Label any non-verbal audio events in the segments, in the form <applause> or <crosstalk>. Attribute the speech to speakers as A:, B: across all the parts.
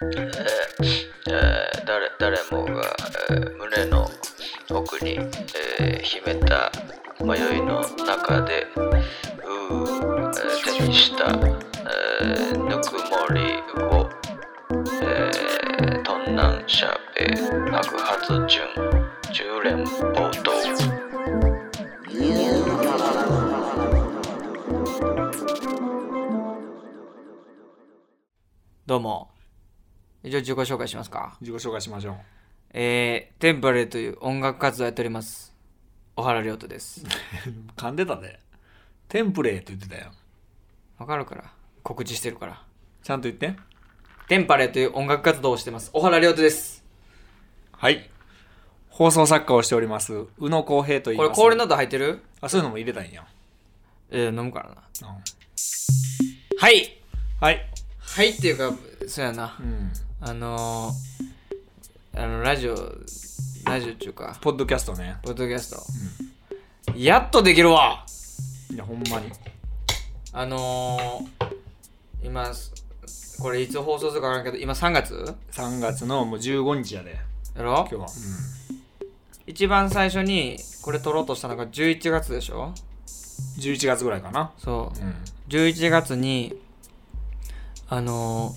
A: えー誰誰もが、えー胸の奥に、えー秘めた迷いの中でうー、えー手にした、えーぬくもりを、えー、トンナンシャベ白髪純十連暴動
B: どうも。一応自己紹介しますか。
C: 自己紹介しましょう
B: えー、テンパレーという音楽活動やっております。小原亮斗です。
C: 噛んでたでテンプレーって言ってたよ
B: わかるから。告知してるから。
C: ちゃんと言って
B: テンパレーという音楽活動をしてます。小原亮斗です。
C: はい放送作家をしております宇野浩平と言
B: こ
C: い
B: れ
C: ます
B: 氷の音入ってる
C: あそういうのも入れたいんや、
B: えー、飲むからな。
C: うん
B: はい
C: はい
B: はいっていうか、そうやな
C: う。ん
B: あのー、あの、ラジオ、ラジオっていうか、
C: ポッドキャストね
B: ポッドキャスト。やっとできるわ
C: いやほんまに
B: あのー、今、これいつ放送するかわからんけど、今3月
C: 3月のもう15日やで
B: やろ
C: 今日は、
B: 一番最初にこれ撮ろうとしたのが11月でしょ
C: うん、11月ぐらいかな
B: そ
C: うん
B: う11月にあの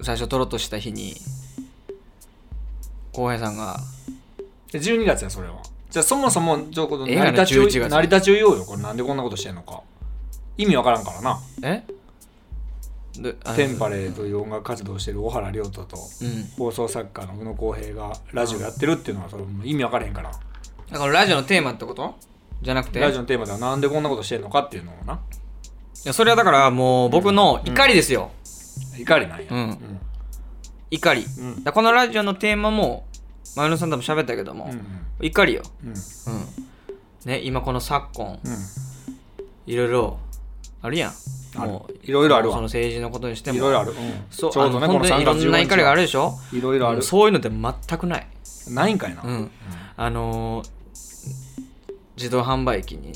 B: ー最初撮ろうとした日に浩平さんが
C: で12月やそれはじゃあそもそもちょっと
B: え
C: 成
B: えがな
C: り立ちを
B: 11月
C: 成り立ちを言おうよこれなんでこんなことしてんのか意味わからんからな
B: えであの
C: テンパレーという音楽活動をしてる小原亮太と
B: うん
C: 放送作家の宇野浩平がラジオやってるっていうのはそれもう意味わからへんから
B: だからラジオのテーマってことじゃなくて
C: ラジオのテーマではなんでこんなことしてんのかっていうのをない
B: やそれはだからもう僕の怒りですよ、
C: 怒りなんや
B: うん
C: うん
B: 怒り、
C: うん
B: だからこのラジオのテーマも前野さんとも喋ったけども、
C: うん
B: 怒りよ、
C: うん
B: うんね、今この昨今
C: うん
B: いろいろあるやん。
C: ある
B: もう
C: いろいろあるわ
B: その政治のことにしても。
C: いろいろあるうん
B: そう、
C: ちょうどね
B: あの
C: こ
B: 本
C: の
B: 当に
C: 3
B: いろ
C: 月
B: んな
C: 15
B: 怒りがあ
C: 日
B: るでしょ
C: いろいろある
B: そういうのって全くない。
C: ないんかいな
B: う
C: うん
B: ん。あのー、自動販売機に、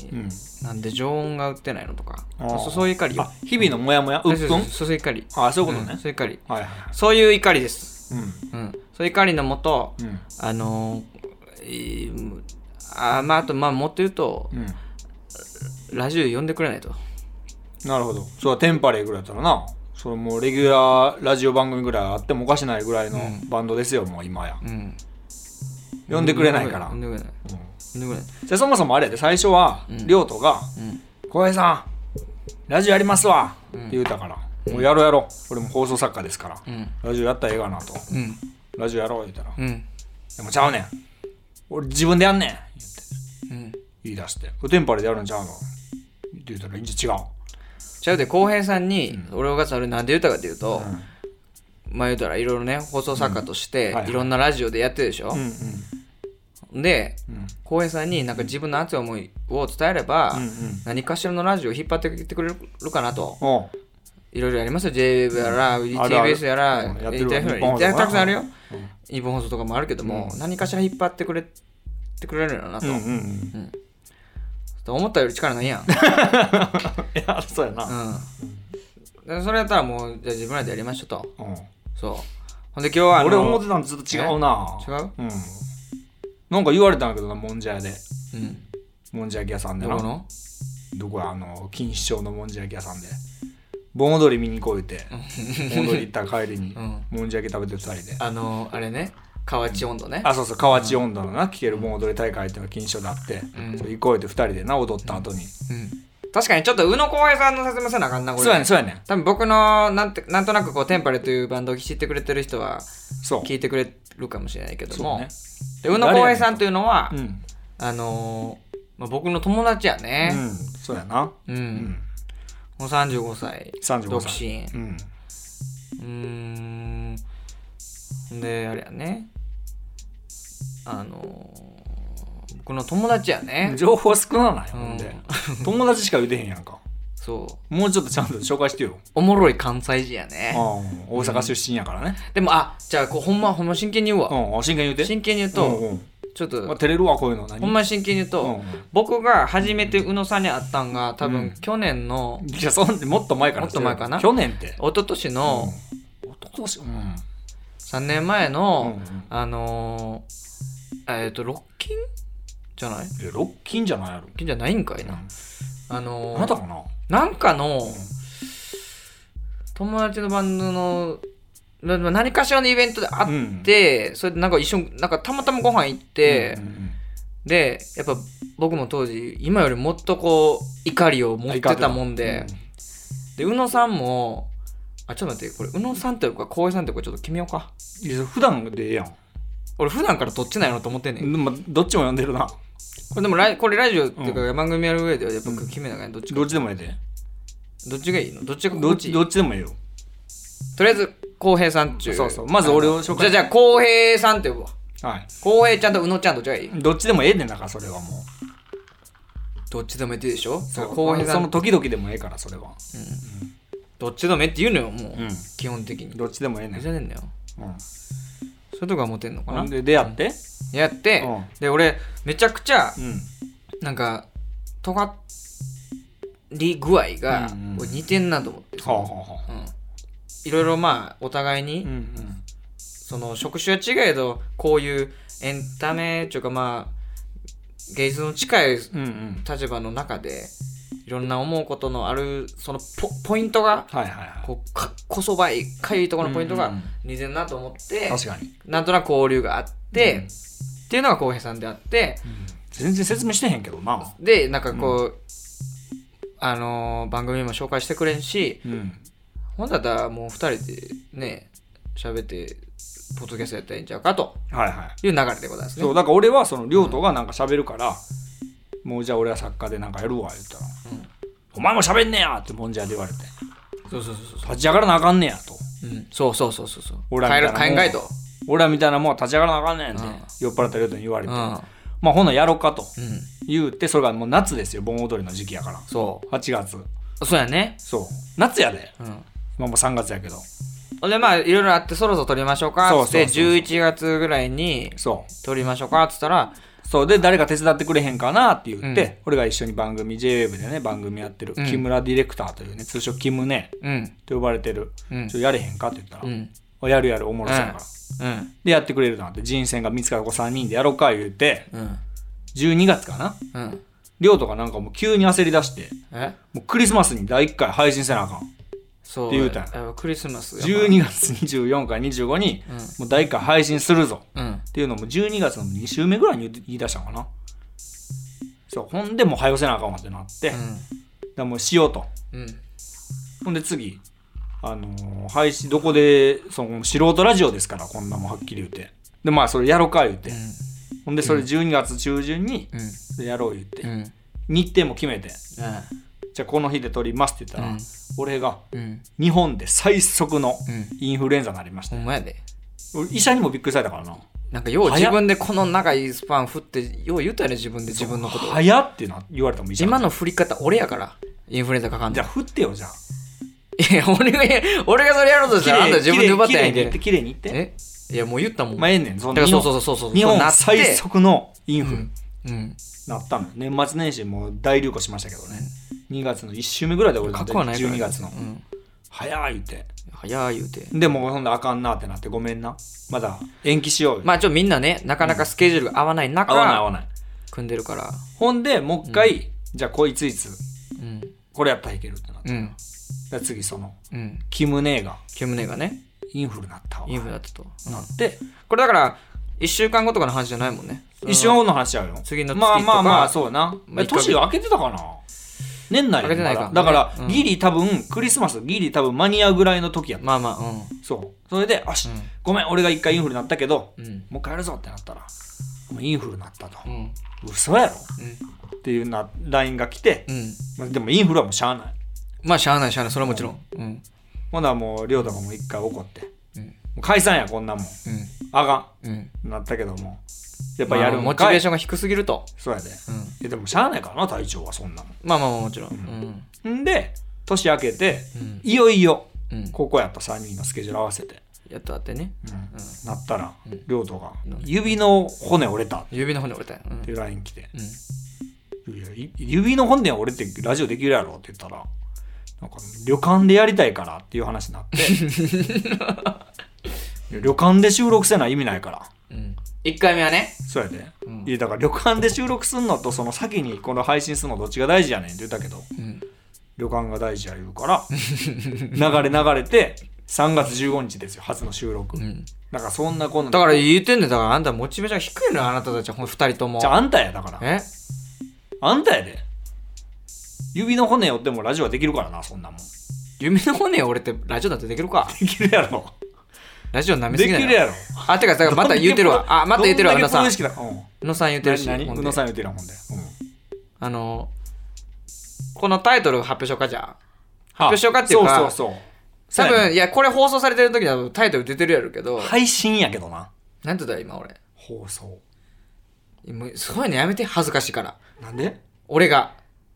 B: なんで常温が売ってないのとか。
C: あー
B: そうそういう怒りよ
C: あ。日々のモヤモヤうっ
B: そう
C: ぷ
B: そ
C: ん
B: うそういう怒り。
C: あそういうことね
B: んそういう怒り。
C: はいはいは
B: そういう怒りです。
C: い
B: うん。そういう怒りのもと、
C: うんうん
B: あのー、いいあまあ、あと、まあ、もっと言うと、
C: うん
B: ラジオ呼んでくれないと。
C: なるほどそうテンパレーぐらいだったらなそれもうレギュラーラジオ番組ぐらいあってもおかしないぐらいの
B: うん
C: バンドですよ、もう今や
B: うん。
C: 呼んでくれないから、
B: 呼んでくれない。
C: うん
B: 呼んでくれない。
C: じゃあそもそもあれやで最初は
B: うん
C: 亮斗、が
B: うん。
C: 「浩平さんラジオやりますわ」
B: うん
C: って言うたから、もうやろうやろう俺も放送作家ですから、
B: うん
C: ラジオやったらええがなと
B: うん
C: ラジオやろう言うたら、
B: うん
C: でもちゃうねん俺自分でやんねん言って
B: うん
C: 言い出して「テンパレーでやるんちゃうの?」って言うたら「いや違う」
B: ちゃうで浩平さんに、俺がそれなんで言ったかっていうと、
C: ん
B: まあ言うたらいろいろね放送作家として、
C: ん
B: い
C: はいはい
B: ろんなラジオでやってるでしょ
C: う、んうん
B: で
C: うん
B: 浩平さんになんか自分の熱い思いを伝えれば、
C: うんうん
B: 何かしらのラジオを引っ張ってきてくれるかなと
C: おう
B: いろいろやりますよ JWEB やら
C: あるある
B: TBS やら
C: うんやってるわ
B: ETF や
C: 日本
B: ら
C: 放送もな
B: たくさんあるよ
C: うん
B: 日本放送とかもあるけども、何かしら引っ張ってくれてくれるよなと,、
C: うんうんうん
B: と思ったより力ないやん
C: <laughs> いやそうやな、
B: うん、でそれやったらもうじゃあ自分らでやりましょうと
C: うん
B: そうほんで今日はあの
C: 俺思ってたのとずっと違うな
B: え違う
C: うんなんか言われたんだけどなもんじゃ屋で
B: うん
C: もんじゃ焼き屋さんで
B: ど
C: な
B: この
C: どこやあの錦糸町のもんじゃ焼き屋さんで盆踊り見に来い
B: <laughs>
C: って盆踊り行った帰りに
B: ん
C: もんじゃ焼き食べて2人で
B: あのあれね河内温度ね
C: あそうそう河内温度のな聴ける盆踊り大会っていうのが錦糸町であって、
B: うん
C: そう行こうって2人でな踊った後に、
B: うん確かにちょっと宇野浩平さんの説明せなあかんなこれ
C: そうやねんそうやねん
B: 多分僕のなんてなんとなくこうテンパレというバンドを知ってくれてる人は
C: そう
B: 聞いてくれるかもしれないけど
C: そう
B: も、
C: ね
B: で宇野浩平さんというのは、
C: うん、
B: あのーまあ、僕の友達や
C: う
B: ね
C: ん、そうやな
B: うん、
C: うん
B: もう35歳
C: 35歳
B: 独身
C: うん
B: うーんであれやねあのー僕の友達やね
C: 情報少なないよ、
B: うん
C: ほんで <laughs> 友達しか言うてへんやんか
B: そう
C: もうちょっとちゃんと紹介して <laughs> よ
B: おもろい関西人や
C: ああ
B: ね
C: 大阪出身やからね
B: でもあじゃあこうほんまほんま真剣に言う
C: う
B: わ
C: んあ真剣に言うて
B: 真剣に言う
C: う
B: と
C: んうん
B: ちょっ
C: まあ、
B: と
C: 照れるわこういうの何
B: ほんま真剣に言う
C: うん
B: と
C: うん
B: 僕が初めて宇野さんに会ったんが多
C: う
B: 分
C: ん
B: 去年の
C: いやそんもっと前から
B: もっと前かな
C: 去年って
B: 一昨年の
C: 一昨年うん
B: 3年前の、
C: うんうん
B: あのーえっ、とロッキンじゃないロッ
C: えロッキンじゃないやろ
B: キンじゃないんかいな、あのー
C: あなたかな
B: なんかの友達のバンドのなな何かしらのイベントで会って、それでなんか一緒になんかたまたまご飯行って、
C: うんうん
B: でやっぱ僕も当時今よりもっとこう怒りを持ってたもんで、で宇野さんもあちょっと待ってこれ宇野さんというか浩平さんというかちょっと決めようか
C: うんいや普段でええやん
B: 俺普段からどっちなんやろと思ってんねん
C: でもどっちも呼んでるな
B: これでもライこれラジオっていう
C: う
B: か番組やる上ではやっぱ決めながらどっち
C: どっちでもええで
B: どっちがいいのどっちが
C: ど
B: 心
C: っ
B: 地い
C: ち
B: い
C: どっちでもええよ
B: とりあえず浩平さんっちゅう
C: そうそうまず俺を紹介
B: じゃあじゃあ浩平さんって呼ぶわ
C: はい
B: 浩平ちゃんと宇野ちゃんどっちがいい
C: どっちでもええねんだからそれはもう
B: どっちでもいいでしょ
C: う
B: 浩平さ
C: その
B: ん
C: 時々でもええからそれは
B: どっちでもいいって言うのよもう、
C: うん
B: 基本的に
C: どっちでもええねん
B: ふざけんなよ
C: うん
B: そういうとこがモテんのか
C: ほ
B: なん
C: で出会って
B: やって、
C: うん
B: で俺めちゃくちゃ
C: うん
B: なんか尖り具合が
C: うんうん
B: 俺似てんなと思って、
C: はあはあはあ
B: うんいろいろまあお互いに、
C: うんうん
B: その職種は違えどこういうエンタメというかまあ芸術の近い
C: うんうん
B: 立場の中でいろんな思うことのあるそのポポイントが
C: はいはいは
B: こうかこそばいかゆいところのポイント
C: う
B: が
C: んうんうん
B: 似てんなと思って、
C: い確かに
B: なんとなく交流があって、
C: う
B: っ
C: ん
B: ていうのが浩平さんであって
C: 全然説明してへんけどな
B: でなんかこう、あのー番組も紹介してくれんし
C: うん
B: ほんだったらもう2人でね喋ってポッドキャストやったらいいんちゃうかと
C: はいはい
B: いう流れでございますね
C: そうだから俺はその亮斗がなんか喋るから、もうじゃあ俺は作家でなんかやるわ言ったら、お前も喋んねや!」ってもんじゃで言われて
B: そうそうそうそう
C: 「立ち上がらなあかんねや」と
B: うん、そうそうそうそうそう
C: 俺ら
B: 変え
C: み
B: る
C: たいな
B: 考えと
C: 「俺らみたいなもんは立ち上がらなあかんねん」って
B: うん
C: 酔っ払った亮斗に言われ
B: う
C: て「
B: ん、うん
C: まあほなやろうか」と言うてそれがもう夏ですよ盆踊りの時期やから
B: そ
C: 8月
B: うそうやね
C: そう夏やで、
B: うん
C: まあ、もう3月やけど
B: ほんでまあいろいろあってそろそろ撮りましょうか
C: そう
B: っつ
C: そう
B: って
C: そうそう
B: 11月ぐらいに
C: そう
B: 撮りましょうかっつったら
C: そうで誰か手伝ってくれへんかなって言って、
B: うん
C: 俺が一緒に番組 JWAVE でね番組やってる
B: うん
C: 木村ディレクターというね通称キムね
B: うん
C: と呼ばれてる、
B: うん
C: ちょやれへんかって言ったら、
B: うん
C: あやるやるおもろそうやから、
B: うん
C: でやってくれるなんて人選が見つかる子3人でやろうか言うて
B: うん
C: 12月かな
B: うん
C: 亮とかなんかもう急に焦り出して
B: え
C: もうクリスマスに第1回配信せなあかん
B: そう
C: って言うたん
B: やっぱクリスマスやから
C: 12月24から25に
B: うん
C: もう第1回配信するぞ
B: うん
C: っていうのも12月の2週目ぐらいに言い出したのかなそうほんでもう早よせなあかんわってなって、だからもうしようと
B: うんうん
C: ほんで次あのー配信どこでその素人ラジオですからこんなもんはっきり言うてでまあそれやろうか言うて、ほんでそれ12月中旬に
B: うん
C: やろう言って、
B: うんうん
C: 日程も決めてじゃあこの日で撮りますって言ったら、
B: うん
C: 俺が
B: うん
C: 日本で最速の
B: うん
C: インフルエンザになりまし
B: ほ
C: た、
B: んまやで
C: 俺医者にもびっくりされたからな
B: なんかよう
C: 早っ
B: 自分でこの長いスパン振ってよう言うたよね自分で自分のこと
C: 早ってな言われたもん医者
B: 今の振り方俺やからインフルエンザかかん
C: じ
B: の
C: ゃあ振ってよじゃあ
B: いや俺が俺がそれやろうとし
C: き
B: たらあんた自分で奪ったやん
C: に言って
B: け
C: きれいに言って
B: えいやもう言ったもん、
C: まあええねんそ
B: だから
C: 日
B: そう
C: 本
B: そうそうそうそう
C: 日
B: な
C: 本
B: って
C: 最速のインフル、
B: うん
C: なったの年末年始もう大流行しましたけどね2月の1週目ぐらいで俺だ
B: 過
C: って
B: 去はないから
C: 12月の、
B: うん、
C: 早いって
B: 早い言うて
C: でもうほんであかんなってなってごめんなまだ延期しようよ、
B: まあちょっとみんなねなかなかスケジュールが合わない中、
C: 合わない合わない
B: 組んでるから
C: ほんでもう一回、じゃあこいついつ
B: うん
C: これやったらいけるってなって、
B: う
C: だか
B: ん
C: ら次その
B: うん
C: キムネーが
B: キムネがね
C: インフルなったわ
B: インフルだったと、うん
C: なって
B: これだから1週間後とかの話じゃないもんね
C: 一瞬後の話やよ
B: 次の月と
C: ま
B: か
C: あまあまあそうな、
B: まあ
C: え年が明けてたかな年内
B: 明
C: や
B: けてないか
C: まだだから、
B: うん
C: ギリ多分クリスマスギリ多分間に合うぐらいの時やった
B: まあまあうん
C: そうそれで「あし、
B: うん
C: ごめん俺が一回インフルなったけど、
B: うん
C: もう一回やるぞ」ってなったら「もうインフルなったと」
B: うん
C: 嘘やろ
B: うん
C: っていうな LINE が来て、
B: うん
C: まあ、でもインフルはもうしゃあない
B: まあしゃあないしゃあないそれはもちろんうん
C: ほんならもう亮太がもう一回怒って「
B: うん
C: もう解散やこんなもん
B: う
C: あか
B: んうん
C: ん」なったけどもやっぱやる
B: まあ
C: も
B: モ
C: ん
B: チ
C: か
B: ベ
C: い、
B: ーションが低すぎると
C: そうやで、
B: うん
C: えでもしゃあないからな体調はそんなもん
B: まあまあまあもちろんうん
C: んで年明けて、
B: うん
C: いよいよ
B: うん
C: ここやった3人のスケジュール合わせて、
B: やっとあってね
C: なったら
B: うん
C: 亮斗が
B: うん
C: 「指の骨折れた」っ
B: 指の骨折れたようん
C: ていう LINE 来て
B: うん
C: いやい指の本音は俺ってラジオできるやろって言ったら、なんか旅館でやりたいからっていう話になって
B: <laughs>
C: 旅館で収録せな意味ないから
B: うん、1回目はね、
C: そうやで、
B: うん
C: いやだから旅館で収録すんのとその先にこの配信するのどっちが大事やねんって言ったけど
B: うん、
C: 旅館が大事や言うから流れ流れて3月15日ですよ初の収録、
B: ん
C: なんかそんなこんな
B: だから言ってんねんだからあんたモチベーション低いのよあなたたちはほん2人とも
C: じゃああんたやだから
B: え
C: あんたやで指の骨折ってもラジオはできるからなそんなもんで
B: 夢の骨折れてラジオだってできるか
C: きるやろ
B: ラジオ舐めす
C: で
B: ぎ
C: き
B: ない
C: るやろ
B: あてかだからまた言うてるわあまた言うてるわ
C: ど
B: 宇
C: んだ
B: 野
C: けプ
B: さん
C: ロ意識だうん
B: 宇野さん言うてる
C: 何
B: し
C: 何
B: ほん
C: 宇
B: で
C: 野さん言うてるもんで、うん
B: あのこのタイトル発表しようかじゃあ
C: 発
B: 表しようかっていうか
C: そうそうそう
B: 多
C: そうや
B: 分
C: ね
B: いやこれ放送されてる時だとタイトル出てるやろうけど、
C: 配信やけどな
B: なんて言った今俺
C: 放送
B: もうすごいのやめて恥ずかしいから
C: なんで
B: 俺が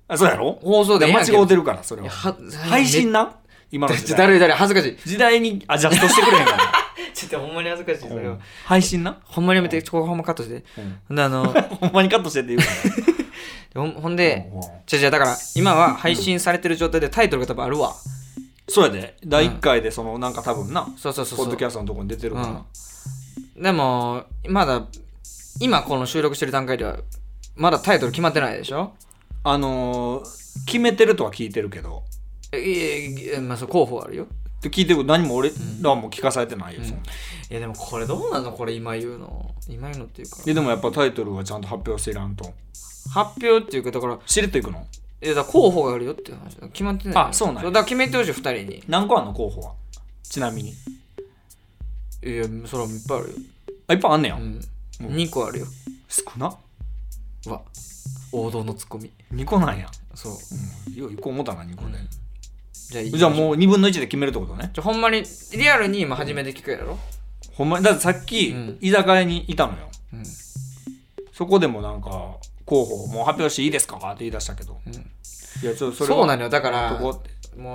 C: あそうやろ
B: 放送でええ
C: い
B: や
C: や
B: んけ
C: 間違うてるからそれ
B: い
C: は
B: やは
C: 配信な今の時
B: だ
C: 代
B: るいだるい恥ずかしい
C: 時代にアジャストしてくれへんか
B: ちょっとほんまに恥ずかしい
C: <laughs>
B: そ
C: ら、
B: れは
C: 配信な
B: ほんまにやめてここほんまカットして
C: うん
B: ほんであ
C: <laughs>
B: の
C: ほんまにカットしてって言うか
B: ほんほん
C: ら
B: で
C: うんうん
B: じゃあじゃあだから今は配信されてる状態でタイトルが多分あるわ
C: そうやで第1回でそのなんか多分な
B: そうそうそう
C: ポ
B: そ
C: ッド
B: う
C: キャストのとこに出てるからな
B: でもまだ今この収録してる段階ではまだタイトル決まってないでしょ
C: あのー決めてるとは聞いてるけど
B: えええまあそう候補あるよ
C: って聞いてるけど何も俺らはもう聞かされてないよ、そんない
B: やでもこれどうなのこれ今言うの今言うのっていうか
C: ででもやっぱタイトルはちゃんと発表していらんと
B: 発表っていうかだから
C: しれっといくの
B: いやだから候補があるよっていう話決まってない
C: あそうなんや
B: だから決めてほしい2人に
C: 何個あんの候補はちなみに
B: いやそれはいっぱいあるよ、
C: あいっぱいあんねや、
B: うん、2個あるよ
C: 少な
B: うわ王道のツッコミ
C: 2個なんや、
B: そう
C: うん、よう行こう思ったな2個で、
B: じゃあいい
C: じゃあもう2分の1で決めるってことね
B: じゃあほんまにリアルに今初めて聞くやろ、
C: ほんまにだってさっき
B: うん
C: 居酒屋にいたのよ、
B: うん
C: そこでもなんか候補もう発表していいですかって言い出したけど、いやちょっとそれ
B: そうな
C: の
B: のよだから
C: とこって
B: も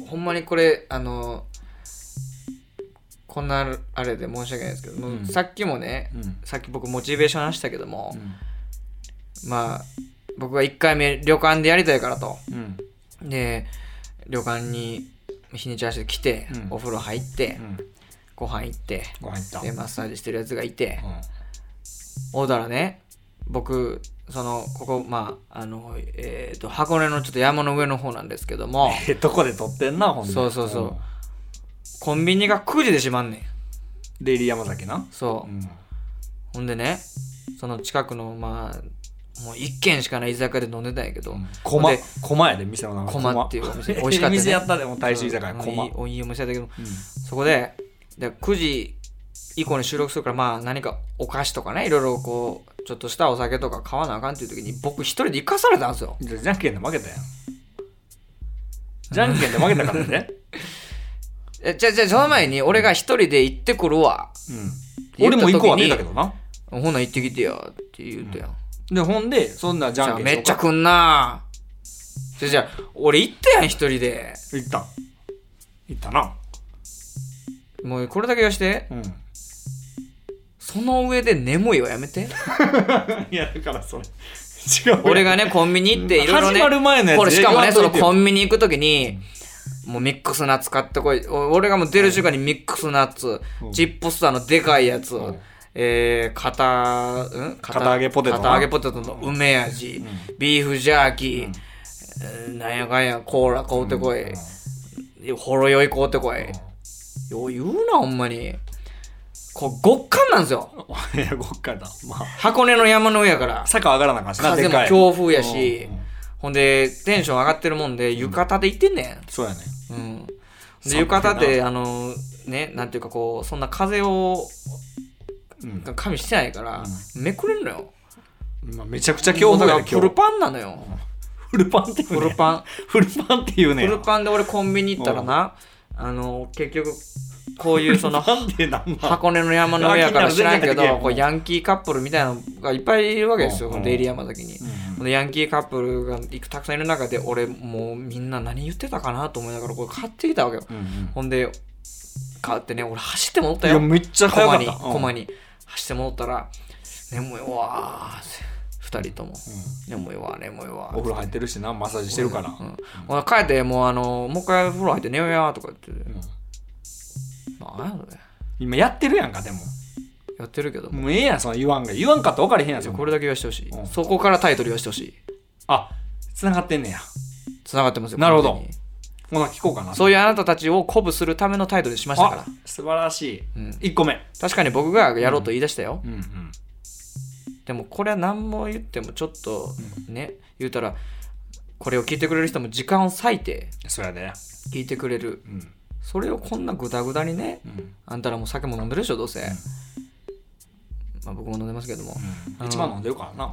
B: うほんまにこれあのこんなあれで申し訳ないですけど、もう
C: うん
B: さっきもね、
C: うん
B: さっき僕モチベーション話したけども
C: う、ん
B: まあ僕が1回目旅館でやりたいからと
C: うん
B: で旅館に日にち足で来て、
C: うん
B: お風呂入って、
C: うん
B: ご飯行って
C: ご飯行った
B: でマッサージしてるやつがいて
C: うん
B: おうだらね僕そのここまああのえっ、と箱根のちょっと山の上の方なんですけども
C: ええとこで撮ってんなほんで
B: そうそうそうコンビニが9時で閉まんねん
C: うんデイリー山崎な
B: そうう、
C: ん
B: ほんでねその近くのまあもう1軒しかない居酒屋で飲んでたんやけど、ほ
C: こま
B: んで
C: こまやで店の名前
B: こまっていうお店
C: こま
B: 美味しかったね
C: ええ店やったでもう大衆居酒屋こま
B: いいおいいお店だけど
C: うん
B: そこでで9時以降に収録するからまあ何かお菓子とかねいろいろこうちょっとしたお酒とか買わなあかんっていう時に僕一人で行かされたんですよ
C: じゃあじゃんけんで負けたやんじゃんけんで負けたからね
B: えじゃあじゃあその前に俺が一人で行ってくるわ
C: うん俺も行こうは出たけどな
B: ほな行ってきてよって言うとやん、
C: でほんでそんなじ
B: じ
C: ゃ
B: ゃ
C: ん
B: あ
C: けん
B: めっちゃくんなあじゃあじゃあ俺行ったやん一人で
C: 行った行ったな
B: もうこれだけ言わして
C: うん
B: その上で眠いはやめて
C: <laughs> いやだからそれ違う
B: 俺がねコンビニ行っていろいろね
C: 始まる前のやつ
B: これしかもね
C: 言
B: そ
C: わ
B: の
C: んといて
B: コンビニ行く時にもうミックスナッツ買ってこいお俺がもう出る瞬間にミックスナッツ、
C: ん
B: チップスターのでかいやつ、
C: ん
B: えー、片うん片
C: 片揚げポテトな
B: 片揚げポテトの梅味、ビーフジャーキー、えーなんやかんやコーラ買うてこい、ほろ酔い買うてこい、よう言うなほんまにこう極寒なんですよ
C: <laughs> いやごっかだまあ
B: 箱根の山の上やから
C: 坂上がらなあかんしな
B: 風
C: で
B: も
C: かい
B: 強風やし、
C: うんうん
B: ほんでテンション上がってるもんで浴衣で行ってんね
C: そうやね
B: ん、うん、で浴衣ってあのねなんていうかこうそんな風を
C: うん
B: 加味してないから、めくれんのよ
C: まあめちゃくちゃ強風
B: も
C: や
B: うだ
C: で
B: からフ
C: 今
B: ル
C: 日
B: パンなのよ、
C: フルパンって言
B: フ
C: う
B: ル
C: ね
B: パン
C: フルパンって言うね
B: フ
C: や
B: ルパンで俺コンビニ行ったらな、あの結局こういうそ <laughs> の
C: なんでなんなん
B: 箱根の山の上やから知らんけ
C: あ気になる全然や
B: ど
C: けど
B: こうヤンキーカップルみたいなのがいっぱいいるわけですよ、
C: うん
B: このデイリー山崎に、
C: ん
B: このヤンキーカップルがいくたくさんいる中で俺もうみんな何言ってたかなと思いながらこれ買ってきたわけよ、
C: うんうん
B: ほんで買ってね俺走って戻った
C: い
B: よ
C: やめっちゃ
B: コ
C: 早
B: マ
C: かっ
B: に
C: た
B: コマ
C: に
B: に走って戻ったら眠いわーって2人とも眠いわ眠いわ
C: お風呂入ってるしなマッサージしてるから、
B: うんほな帰ってもうあのもう一回風呂入って寝ようやとか言ってなんやそれ
C: 今やってるやんかでも
B: やってるけども
C: もうええやんその言わんが言わんかったら分かれへんやんそんな
B: これだけ言わしてほしい、
C: うん
B: そこからタイトル言わしてほしい
C: あ繋がってんねや
B: つながってますよ
C: なるほど
B: 完全に
C: ほな聞こうかな
B: そういうあなたたちを鼓舞するためのタイトルにしましたから
C: あ素晴らしい、
B: ん
C: 1個目
B: 確かに僕がやろうと言い出したよ、
C: うんうん
B: でもこれは何も言ってもちょっとね、言うたらこれを聞いてくれる人も時間を割いて
C: そやで
B: 聞いてくれる
C: うん
B: それをこんなグダグダにね、
C: ん
B: あんたらもう酒も飲んでるでしょどうせ、まあ僕も飲んでますけども、
C: うん一番飲んでるからな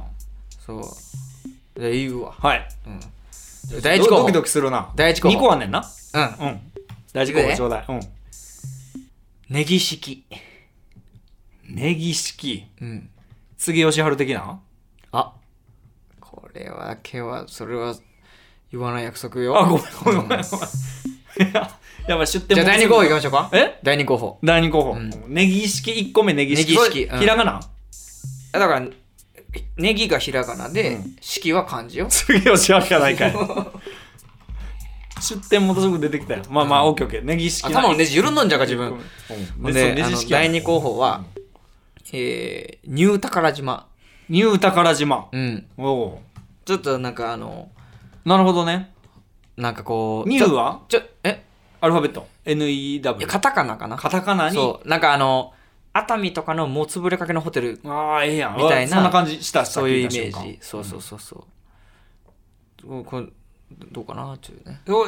B: そうで言うわ、
C: はい
B: うん、で第一
C: ド
B: 候
C: ド
B: 補
C: キドキするな
B: 第一候補
C: 2個あんねんな
B: うん
C: うん第一候
B: いく
C: 補
B: で
C: ちょうだいうん
B: ネギ式
C: ネギ式
B: うん
C: 杉義春的な
B: あこれは今日はそれは言わない約束よ
C: あごめんごめんごめんごめんいや <laughs> やばい出店
B: じゃあ第2候補いきまし
C: ょ
B: ょうか
C: え
B: 第2候補
C: 第二候補、
B: ん
C: ネギ式1個目ネギ式
B: ネギ式
C: それ
B: うん
C: ひらがな
B: だからネギがひらがなで、
C: うん
B: 式は漢
C: <laughs>
B: 字よ
C: 杉義春やないかい出店元すぐ出てきたよまあまあ、オッケーオッケーネギ式な
B: 頭のネジ緩んだんじゃんか自分
C: うん
B: ほん
C: でその
B: で
C: ネ
B: あ
C: ジ
B: の
C: 式や
B: 第2候補は、えー、ニュー宝島
C: ニュー宝島
B: うん
C: おお
B: ちょっとなんかあの
C: うなるほどね
B: なんかこう
C: ニューは
B: ちょちょえ
C: アルファベット
B: いや
C: NEW
B: カタカナかな
C: カタカナに
B: そうなんかあの熱海とかのもう潰れかけのホテル
C: ああええやん
B: みたいな
C: そんな感じした
B: そういうイメ
C: さっき言った
B: ー
C: 瞬
B: ジそうそうそうそう、ここれどうかなっていうね
C: 間お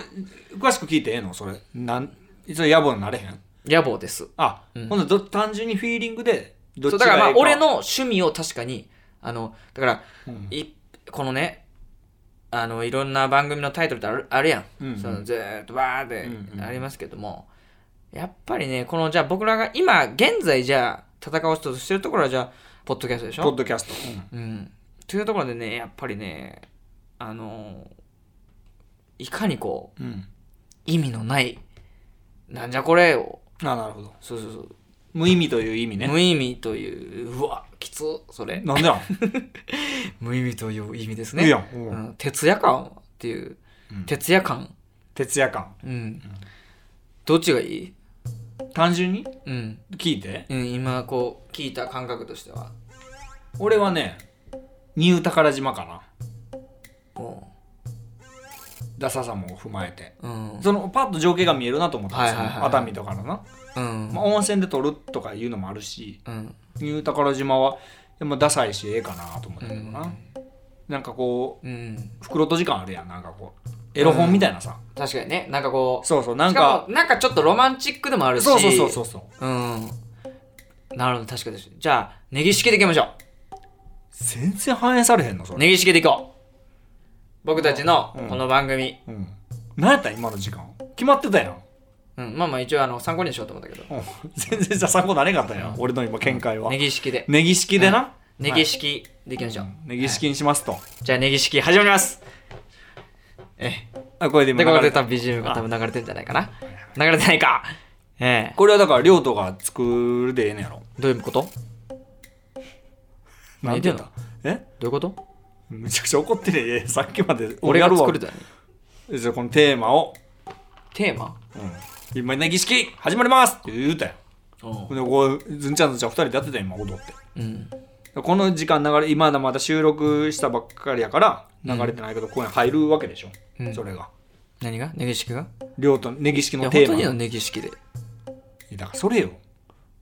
C: 詳しく聞いてええのそれなんそれ野暮になれへん
B: 野望です
C: あ、ほんとど単純にフィーリングでどっ
B: そう
C: ち
B: だ
C: が
B: からまあ
C: ええか
B: 俺の趣味を確かにあのだから、いこのねあのいろんな番組のタイトルってあるあるやん、
C: うんうん
B: そのずーっとバーって
C: うんうん
B: ありますけども、やっぱりねこのじゃあ僕らが今現在じゃあ戦おうとしてるところはじゃあポッドキャストでしょ
C: ポッドキャスト、
B: うん、というところでねやっぱりねあのいかにこう
C: うんうん
B: 意味のないなんじゃこれを
C: あなるほど
B: そうそうそう、
C: 無意味という意味ね
B: 無意味といううわきつそれ
C: なんで
B: <laughs>
C: なん
B: 無意味という意味です
C: いい
B: ね
C: やんうん
B: うん、徹夜感っていう、徹夜感
C: 徹夜感
B: うん、どっちがいい
C: 単純に
B: うん、
C: 聞いて
B: うん、今こう聞いた感覚としては
C: 俺はねニュー宝島かな
B: お
C: ダサさも踏まえて
B: ううん
C: そのパッと情景が見えるなと思ったんですよ、
B: はいはいはい
C: 熱海とかのな、
B: うん、
C: まあ、温泉で撮るとかいうのもあるし
B: うん、
C: ニュー宝島はまあダサいしええかなと思ったけどな、なんかこ
B: うん、
C: う袋と時間あるやんなんかこうエロ本みたいなさ、
B: 確かにねなんかこう
C: そうそうなん
B: しか
C: か
B: もなんかちょっとロマンチックでもあるし
C: そうそうそうそうそ
B: う
C: う
B: んなるほど確かですじゃあネギ式でいきましょ
C: 全然反映されへんのそうれ、
B: ネギ式でいこう僕たちの
C: うん
B: この番組、
C: うん、何やったん今の時間決まってたやん、
B: うんまあまあ一応あの参考にしようと思ったけど
C: うん、全然じゃあ参考になれんかったやん、俺の今見解は、
B: ネギ式で
C: ネギ式でな、
B: ネギ式でいきましょう、
C: ネギ式にしますと、
B: じゃあネギ式始まりますえ
C: あこれで
B: で
C: 今
B: こ
C: 流
B: こ
C: れ
B: で
C: た
B: 多分 BGM が多分流れてるんじゃないかな流れてないかええ
C: これはだから亮斗が作るでええねやろ
B: どういうことど
C: なんて言ったえ
B: ういうこと
C: めちゃくちゃ怒ってるやんさっきまで
B: 俺
C: や
B: が
C: るわ
B: 作るだ
C: じゃあこのテーマを、
B: テーマ
C: うん、今ネギ式始まりますって言うたよ
B: う
C: でこうずんちゃんずんちゃん2人でやってたよ今踊って
B: ん
C: この時間流れ今だまだ収録したばっかりやから流れてないけど、ここに入るわけでしょ、
B: うん
C: それが
B: 何がネギ式が
C: 亮とネギ式
B: いや
C: の
B: 本
C: テー
B: 当
C: マ
B: にのネギ式で
C: いやだからそれよ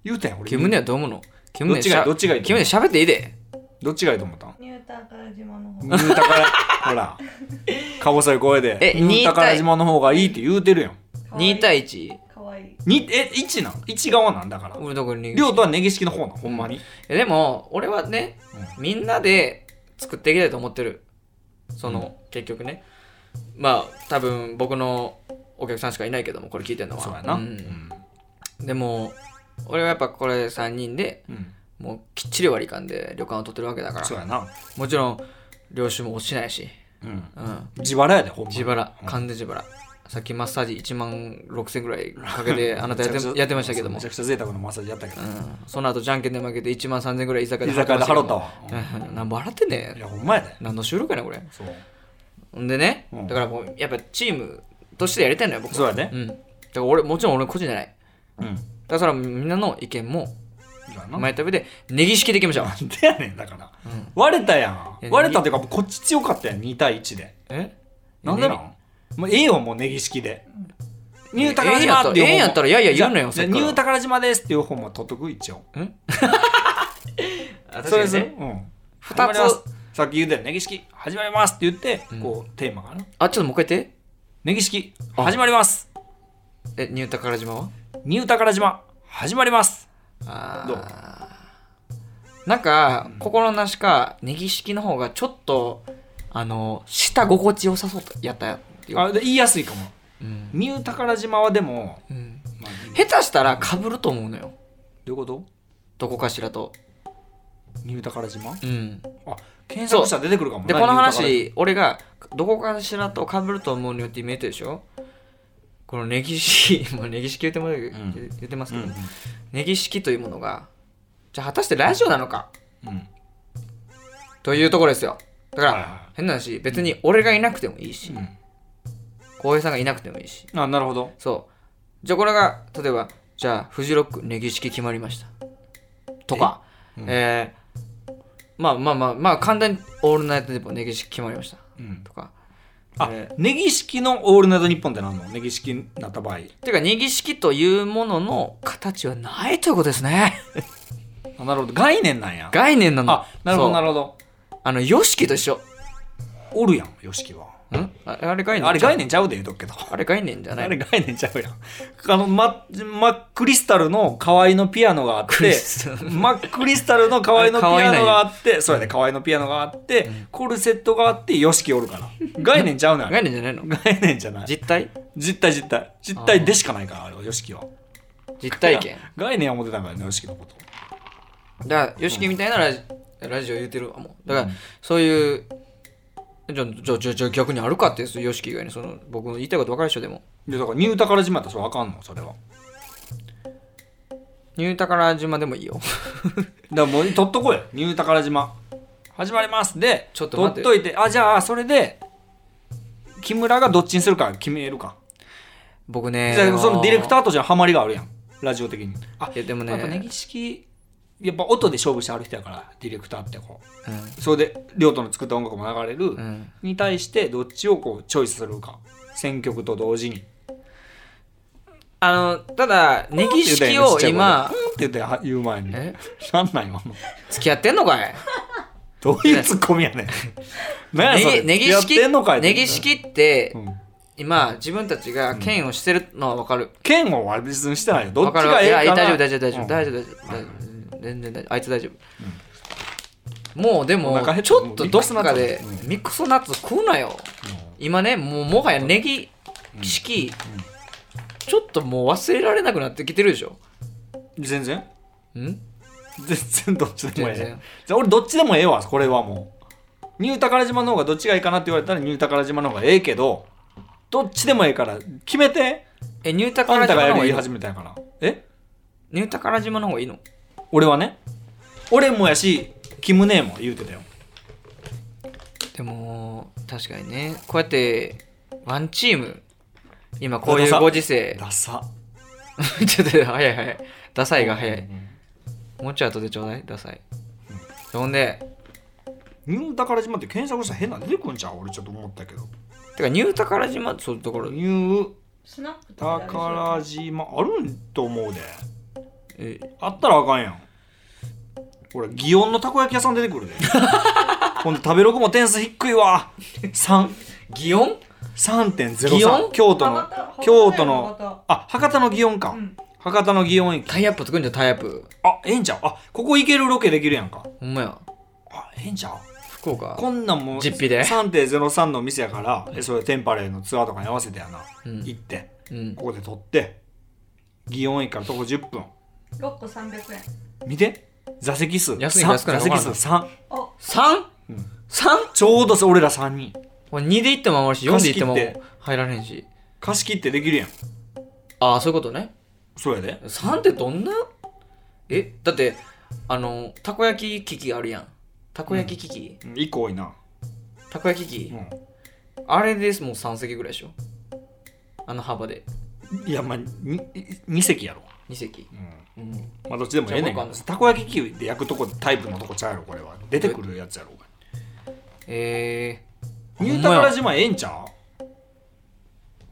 C: 言うたよ俺
B: キムネはどう思うのキムネ
C: どっちが
B: しゃ
C: どっちがいいと
B: キ
C: 思
B: ム
C: う
B: ネ喋っていいで
C: どっちがいいと思ったん
D: ニュータカ島の方
C: ニュータからほらか細い声で
B: え
C: ニュータから島の方がいいって言うてるやん
B: 2対1
D: かわいい
C: にえ1なん1側なんだから
B: 俺どこにい
C: 亮とはネギ式の方なんほんまに、
B: やでも俺はねみんなで作っていきたいと思ってるその結局ねまあ多分僕のお客さんしかいないけどもこれ聞いてるのは
C: そうやな、
B: んでも俺はやっぱこれ3人で
C: うん
B: もうきっちり割り勘で旅館を取ってるわけだから
C: そうやな、
B: もちろん領収も落ちないし、
C: うん、
B: うん、
C: 自腹やでほんまに
B: 自腹完全自腹、さっきマッサージ1万6000ぐらいかけてあなたやっ
C: めちゃく
B: て
C: ちゃ
B: やってましたけども
C: めちゃくちゃ贅沢なマッサージやったけど。
B: その後じゃんけんで負けて1万3000ぐらい居酒屋
C: 居
B: で
C: 酒屋で払ったわ。
B: <laughs> 何ぼ払ってんね
C: い
B: ん
C: や、ほんまやで。
B: 何の収録やねんこれ
C: そう。
B: ほんでね、
C: うん
B: だからもうやっぱチームとしてやりたいのよ僕
C: そう
B: は
C: やね
B: う。んだから俺もちろん俺個人じゃない
C: うん。
B: だからみんなの意見も
C: いやな
B: 前食べでネギ式でいきましょう
C: なんでやねん、だから。割れたや
B: い
C: ん。
B: や
C: 割れたっていうか、こっち強かったやん、2対1で。
B: え
C: なんでなんもうええよ、もうネギ式で。ニュー宝
B: ええんや
C: 島
B: った
C: っていう方も。
B: ええんやったらいやいや言うなよ
C: じゃ
B: せ
C: あ
B: っか
C: ニ
B: く
C: ュー宝島ですっていう方も取っとく、一応。
B: それ
C: そ
B: で
C: れでうん。
B: 二つ
C: 始まりますさっき言うたよ、ネギ式、始まりますって言って、こう、テーマがな。
B: あちょっともう一回言って
C: ネギ式、
B: あ
C: 始まります。
B: えニュータカラ島は
C: ニュー宝島、始まります。
B: あ
C: どう
B: ーなんか心なしかネギ式の方がちょっとあの舌心地よさそうやったよ
C: あで言いやすいかも。
B: うん
C: ニュー宝島はでも、
B: うん
C: まあ、ど
B: 下手したらかぶると思うのよ
C: ういうこと
B: どこかしらと
C: ニュー宝島
B: うん
C: あ、検索したら出てくるかもな。
B: でこの
C: ニュー
B: 話俺がどこかしらとかぶると思うのよってイメージでしょこのネギ式 <laughs> もうネギ式言ってもらう
C: うん
B: 言ってますけ
C: 宝
B: ど、
C: 島
B: ネギ式というものがじゃあ果たしてラジオなのか
C: うんうん。うん
B: というところですよだから、
C: はいはい
B: 変な話別に俺がいなくてもいいし
C: うん
B: 浩平さんがいなくてもいいし
C: あなるほど
B: そうじゃあこれが例えばじゃあフジロックネギ式決まりましたとかえ、
C: うん
B: ーまあまあまあまあ簡単にオールナイトでもネギ式決まりました
C: うん
B: とか
C: あ
B: え
C: ネギ式の「オールナイトニッポン」ってなんのネギ式になった場合
B: ていうかネギ式というものの形はないということですね
C: あなるほど概念なんや
B: 概念なの
C: あなるほ
B: そう
C: どなるほど
B: あの YOSHIKI と一緒
C: おるやんよしきは
B: んああれ概念
C: あれ概
B: 念
C: 念ちゃうで言うとくけど
B: あれ概念じゃな
C: あ
B: い
C: れ概念ちゃうやんあのママックリスタルの河合のピアノがあっ
B: クリ
C: て
B: スタル
C: マックリスタルの河合
B: あれ
C: のピア
B: 河合なん
C: ノ
B: や
C: があってそうやね河合のピアノがあってコルセットがあってよしきおるから概念ちゃうねんあれ
B: 概念じゃないの
C: 概念じゃない
B: 実体
C: 実体実体実体でしかないからあれはよしきは
B: 実体験
C: 概念は持ってたからねよしきのこと
B: だから、よしきみたいなラジラジオ言うてるわ、もう。だから、そういう、じゃあ、じゃあじゃあ、じゃあ逆にあるかって、よしき以外に、その、僕の言いたいこと分かるでしょ、でも。
C: でだからニュータカラ島やったらそれあかんのそれは
B: ニュータから島でもいいよ。 <laughs>
C: だからもう取っとこうよニュータカラ島始まりますで
B: ちょっと待って
C: 取っといてあじゃあそれで木村がどっちにするか決めるか、
B: 僕ね
C: じ、ゃあそのディレクタ
B: ー
C: ーとしてのハマりがあるやんラジオ的にあ
B: いや、でもね、
C: やっぱネギ式やっぱ音で勝負してある人やからディレクターってこう
B: うん
C: それで亮斗の作った音楽も流れる、
B: ん
C: に対してどっちをこうチョイスするか選曲と同時に
B: あの、ただ、ネギ式を今
C: う、んって言っては言う前に
B: え
C: <laughs> なんなんよ
B: 付き合ってんのかい
C: どういうツッコミやね
B: <laughs>
C: ん。何 <laughs> やそ
B: ネ
C: れ
B: ギネギ
C: やっ
B: 式
C: てんのかい
B: ネギ式って、
C: うん
B: 今、自分たちが剣をしてるのは分かる。
C: 剣を割り別にしてないよ。ど
B: わ
C: っち
B: かる
C: が
B: わ
C: ええか
B: いや
C: な。
B: 大丈夫大丈夫大丈
C: う
B: 夫
C: ん
B: 大丈夫大丈夫大丈夫全然大丈夫あいつ大丈夫もうで
C: お腹減
B: も
C: った
B: ちょっとどっかで
C: もうミックスナッツ
B: ミックスナッツ
C: う
B: 食うなよ今ねもうもはやネギ式ちょっともう忘れられなくなってきてるでしょ
C: 全然
B: ん
C: 全然どっちでもえ
B: 全
C: え
B: 然。
C: じゃあ俺どっちでもええわ、これはもう。ニュー宝島の方がどっちがいいかなって言われたらニュー宝島の方がええけど、どっちでもええから決めて。
B: えニュータカ
C: あ
B: ラ
C: んた
B: 島の
C: が
B: 方
C: やり
B: がいい
C: 言い
B: の
C: 始めたんやから。え
B: ニュータカラ島の方がいいの
C: 俺はね。俺もやし、キムネーも言うてたよ。
B: でも確かにねこうやってワンチーム今こういうご時世
C: ダサ。
B: <laughs> ちょっと早い早いダサいが早いもうちょい後でちょうだいダサいほんで
C: ニュー宝島って検索したら変なの出てくんちゃう俺ちょっと思ったけど。
B: てかニュータカラ島そういうところ
C: ニュー
D: スナップと
C: 宝島あるんと思うで
B: え
C: あったらあかんやんほら祇園のたこ焼き屋さん出て
B: <laughs>
C: くるでほんで食べログも点数低いわ3
B: 祇園祇園
C: 3.03京都の
D: 博多
C: 京都
D: 博多や
C: の
D: ろ
C: あ博多の祇園か、
D: ん
C: 博多の祇園駅
B: タイアップ作るんじゃんタイアップ
C: あええんちゃうあここ行けるロケできるやんか
B: ほんまや
C: あええんちゃう
B: 福岡
C: こんなんもう
B: 実費で
C: 3.03の店やからえそれテンパレーのツアーとかに合わせてやな、
B: うん
C: 行って
B: うん
C: ここで撮って祇園駅から徒歩10分
D: 6個300円
C: 見て座席数
B: 安い
C: さん
B: 安くない
C: 座席数
B: わ
C: 3
B: 3?3?
C: うんちょうどさ俺ら3人
B: 俺2で行ってもあんまりし4で行っても
C: 貸し切って
B: 入られへんし
C: 貸し切ってできるやん
B: ああ、そういうことね。
C: そうやで
B: 3ってどんなえ、だって、あの、たこ焼き機器あるやん。たこ焼き機器、
C: うん一個多いな
B: たこ焼き機器、
C: うん
B: あれですもう3席ぐらいでしょ。あの幅で。
C: いやまあに2席やろ、
B: 2席。
C: うん
B: うん。
C: まあどっちでもええねん
B: じゃあ僕あの
C: たこ焼き器で焼くとこタイプのとこちゃうやろこれは出てくるやつやろ
B: えー。
C: ニュー
B: ほ
C: タ
B: んまや
C: カラ島ええんちゃう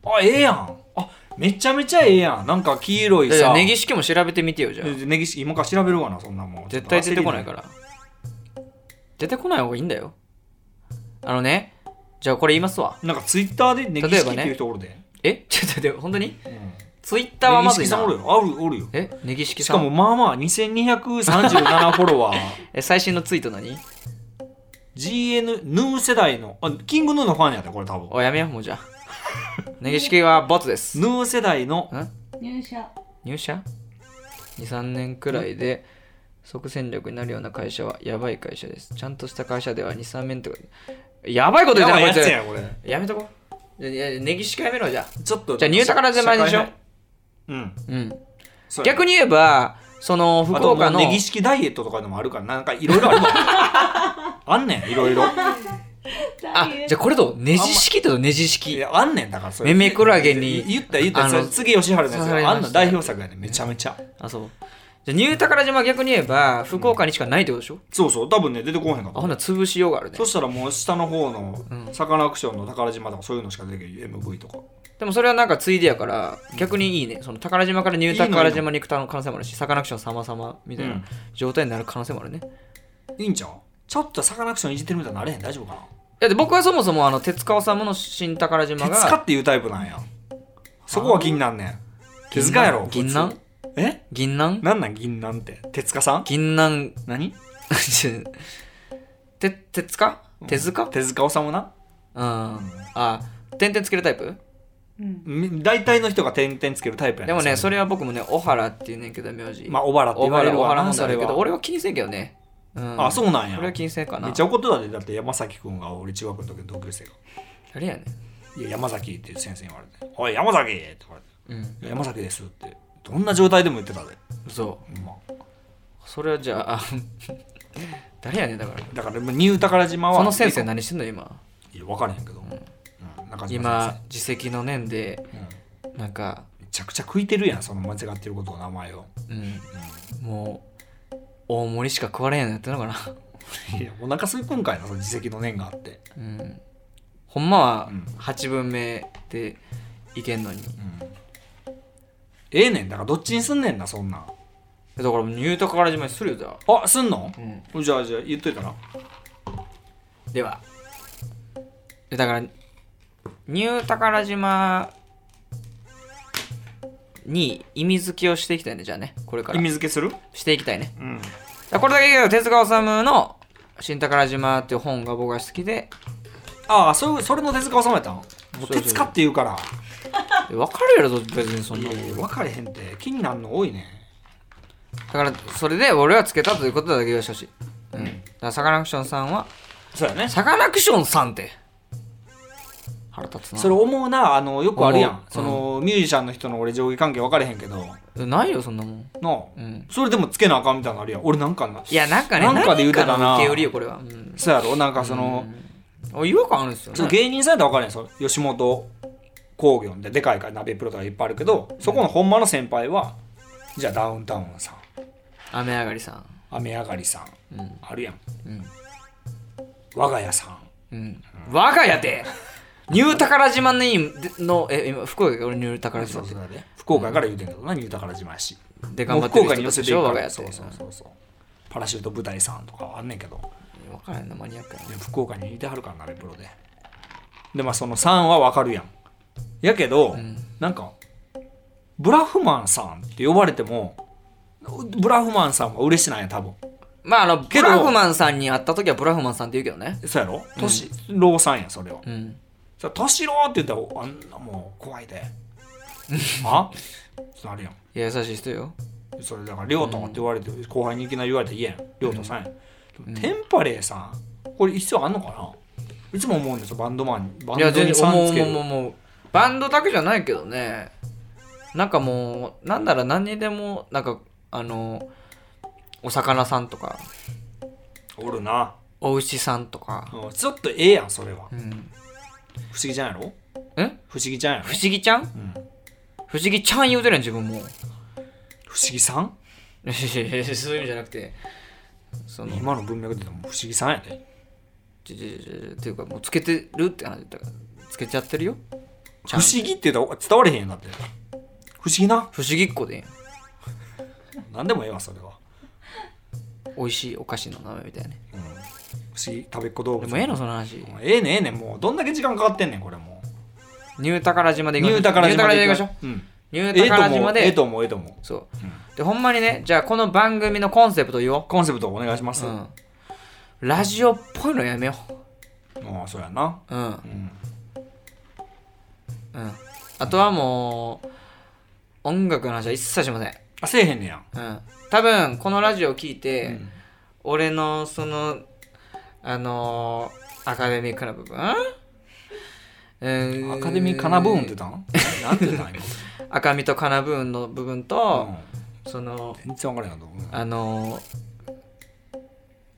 C: あええやんあめちゃめちゃええやんなんか黄色い
B: だか
C: さ
B: らネギ式も調べてみてよ、じゃあ。
C: でネギ式今から調べるわなそんなもん
B: 絶対出てこないからら出てこない方がいいんだよあのねじゃあこれ言いますわ
C: なんかツイッターでネギ
B: 例え
C: 式
B: ば
C: っ
B: ね
C: ていうところで
B: え <laughs> ちょっと待って本当に
C: うん
B: ツイッターはまず
C: ネギ式
B: い
C: さん
B: な
C: おるよあるおるよ
B: えネギ式
C: し
B: さん
C: かもまあまあ2237フォ
B: <laughs>
C: ロワー
B: え最新のツイート何
C: GN ヌー世代のあキングヌーのファンやでこれ多分
B: おやめようもうじゃあ <laughs> ネギ式はボツです
C: ヌー世代の
D: 入社
B: 入社23年くらいで即戦力になるような会社はやばい会社ですちゃんとした会社では23年とかやばいこと言
C: や
B: うてないこ
C: ば
B: い
C: やつ
B: つ
C: やこれ
B: やめとこういやいやネギ式はやめろじゃあ
C: ちょっと
B: じゃあニュータカラ島でしょ
C: 社会派
B: うん
C: うん
B: 逆
C: に
B: に言えばその福
C: 福岡
B: 岡の
C: のネギ式ダイエットとかでもあるからなんかいろいろ
B: <laughs>
C: あるわあんねんいろいろ
B: あじゃあこれとネジ式ってことネジ
C: い
B: 式
C: やあんねんだからそれ
B: めめクラゲに
C: 言った言った
B: あの
C: それ次吉原のやつ
B: 刺され
C: や
B: ま
C: あ
B: した
C: んの代表作やねんめちゃめちゃ
B: あそうじゃあニュー宝島は逆に言えば福岡にしかないってことでしょ、
C: そうそう多分ね出てこへんかっ
B: あほんな
C: た
B: ら潰しようがあるね
C: そしたらもう下の方の
B: うん
C: サカナクションの宝島とかそういうのしか出てけへん MV とか
B: でもそれはなんかついでやから逆にいいねその宝島からニュー宝島に行く可能性もあるしサカナクション様々みたい
C: うん
B: な状態になる可能性もあるね、い
C: いいんちゃうちょっとサカナクションいじってるみたいになれへん大丈夫かな
B: やで僕はそもそもあの手塚治虫の新宝島
C: 手塚
B: が
C: っていうタイプなんやそこは気になんねん手塚やろ
B: 銀杏
C: 普通え
B: 銀杏
C: なんなん銀なんって手塚さん
B: 銀 <laughs> 杏
C: 何
B: て手塚手塚
C: 手塚治虫な
B: うん、あ点々つけるタイプ
D: うん
C: み大体の人が点々つけるタイプや
B: でもねそ
C: れ
B: れは僕もね小原っていうねんけど名字
C: まあ小原って
B: 小
C: 言われ
B: 原
C: る
B: 小
C: わ
B: 原
C: な
B: も
C: そ
B: だ
C: れ
B: け
C: は
B: ど俺は気にせんけどね、うん、
C: あそうなんや
B: 俺は気にせんか
C: め
B: な
C: っちゃ怒ってたでだって山崎君が俺中学の時の同級生が
B: 誰やね
C: 「いや山崎」っていう先生に言われて「おい山崎!」って言われて
B: んうん
C: いや「山崎です」ってどんな状態でも言ってたで、
B: そ
C: ほんま
B: うそれはじゃああ <laughs> 誰やねんだから
C: だからまあニュー宝島は
B: その先生何してんの今
C: いや分からへんけど、うん中島先生
B: 今自責の念で
C: うん
B: なんか、
C: めちゃくちゃ食いてるやんその間違ってることを名前を
B: うん、もう大盛りしか食われへんのやってんのかな、
C: いやお腹すいぽんかいなその自責の念があって
B: うん、ほんまは
C: うん
B: 8分目でいけんのに
C: ええねんだからどっちにすんねんなそんなん
B: だから入宅から始まりするよじゃあ
C: あすんの
B: うん
C: じゃあじゃあ言っといたら
B: ではえだからニュー宝島に意味付けをしていきたいねじゃあねこれか
C: 意
B: ら
C: 味付けする
B: していきたいね
C: うん
B: だからこれだけ言うけど手塚治虫の「新宝島」っていう本が僕は好き
C: <laughs>
B: で
C: ああそれそれの手塚治虫やったんも
B: そう
C: う
B: そう
C: 手塚って言うから
B: え分かるやろ別にそん
C: い
B: な
C: や
B: もん
C: いや分かれへんって気になるの多いね
B: だからそれで俺はつけたということだけ言わしてほしい、うん、だからサカナクションさんは
C: そうやね
B: サカナクションさんって腹立つな
C: それ思うなあのよくあるや
B: 思
C: ん
B: う
C: そのミュージシャンの人の俺上下関係分かれへんけどな
B: えないよそんなもん
C: あ
B: うん
C: それでもつけなあかんみたいなのあるやん俺なんかない
B: やなんかね
C: なんかで言うてたな
B: 何の受け売りよこれは、うん
C: そうやろなんかその
B: あ違和感あるんですよ
C: その
B: ね。
C: 芸人さんやったら分かるやんその吉本興業ででかいから鍋プロとかいっぱいあるけどそこのほんまの先輩はじゃあダウンタウンさん
B: 雨上がりさん。
C: 雨上がりさん、
B: うん
C: あるやん、
B: ん
C: 我が家さん
B: うん。我が家でニュー宝島にのえ今福岡が俺ニュー宝島
C: そう
B: って
C: そうだね福岡から言うてんけどな、ニュータから島やし
B: で
C: も
B: 頑
C: う
B: 張っ
C: 福
B: てる
C: 岡
B: 人
C: に寄
B: たち
C: せ
B: で
C: て
B: し
C: い
B: ょ
C: く
B: 我
C: か
B: が
C: ら
B: 家で。
C: そうそうそうそうパラシュート部隊さんとかはあんねんけど
B: うん分からんのマニアックやな
C: で福岡にいてはるからなレプロででまあその3は分かるやんやけど、なんかブラフマンさんって呼ばれてもブラフマンさんは嬉しないや多分
B: まああの
C: け
B: ブ
C: ど
B: ラフマンさんに会った時はブラフマンさんって言うけどね。
C: そうやろ敏郎さんやそれは
B: うん。
C: さ敏郎って言ったらあんなもう怖いであってなるやん
B: いや優しい人よ。
C: それだから亮太って言われて、後輩にいきなり言われて言えん亮太さんや、ん、テンパレーさんこれ必要あんのかないつも思うんですよバンドマンにバン
B: いや
C: ド
B: 全
C: に
B: 然
C: さん
B: 思う
C: つけ
B: 思う
C: る
B: 思う思う。バンドだけじゃないけどねなんかもうなんなら何にでもなんかあのお魚さんとか
C: おるな、
B: お牛さんとか、
C: うんちょっとええやんそれは
B: うん、
C: 不思議じゃんやろ
B: え
C: 不思議ちゃんやろ
B: 不思議ちゃん、不思議ちゃん言うてるやん自分も
C: 不思議さん
B: そういう意味じゃなくてその
C: 今の文脈でも不思議さんやで
B: ちょちょちょっていうかもうつけてるって話だからつけちゃってるよち
C: 不
B: ゃん
C: 思議って言ったら伝われへんやんだって不思議な
B: 不思議っ子でいいやん
C: 何でもええわそれは、
B: 美味しいお菓子の名前みたいなね
C: うん、不思議食べっ子動
B: で
C: 物
B: もええのその話
C: もうええねんええねんもうどんだけ時間かかってんねんこれも
B: ニュータカラ島で
C: う
B: 行
C: ニ
B: き
C: ュ
B: ましょ
C: ー
B: う
C: タカラ島で
B: ニュータカラ島で行きま
C: 行きま
B: しょう
C: しょううん
B: ニュ
C: ええ
B: ータ
C: と
B: カラ
C: 思
B: 島
C: う
B: で
C: ええと思うええと思う
B: そう、でほんまにねじゃあこの番組のコンセプト言お
C: コンセプトお願いします
B: う、う
C: あ
B: ん、ラジオっぽいのやめよ
C: あそうやな
B: ううん
C: うん
B: うんあとはもう音楽の話は一切しません
C: あせえへんねや
B: うん多分このラジオを聞いて、
C: うん
B: 俺のそのあのーアカデミックな部分ア
C: アカデミーかなブーンって言ったんなんて言ったん今、
B: <laughs> 赤身とかな部分の部分と
C: うん、
B: その
C: 全然わからへんかった
B: あの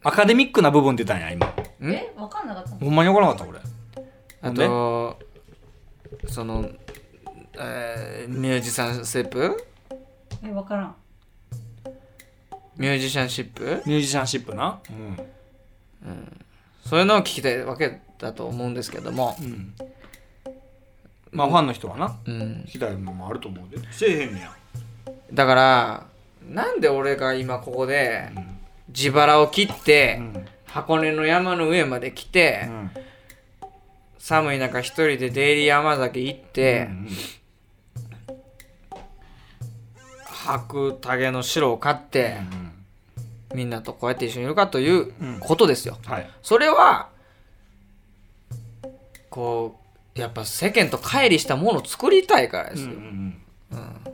C: アカデミックな部分出たんや今
B: ん
D: え、わかんなかったの。
C: ほんまにわからなかった俺
B: あとその、えーミュージシャンシップ
D: え、わからん。
B: ミュージシャンシップ
C: ミュージシャンシップなうん
B: そういうのを聞きたいわけだと思うんですけども、
C: うんまあファンの人はな
B: うん、
C: 期待もあると思うでせえへんねや
B: だからなんで俺が今ここで自腹を切って、
C: うん
B: 箱根の山の上まで来て、
C: うん
B: 寒い中一人でデイリー山崎行って、白竹の白を買って、みんなとこうやって一緒にいるかという
C: うん
B: ことですよ。
C: はい
B: それはこうやっぱ世間と乖離したものを作りたいからですよ。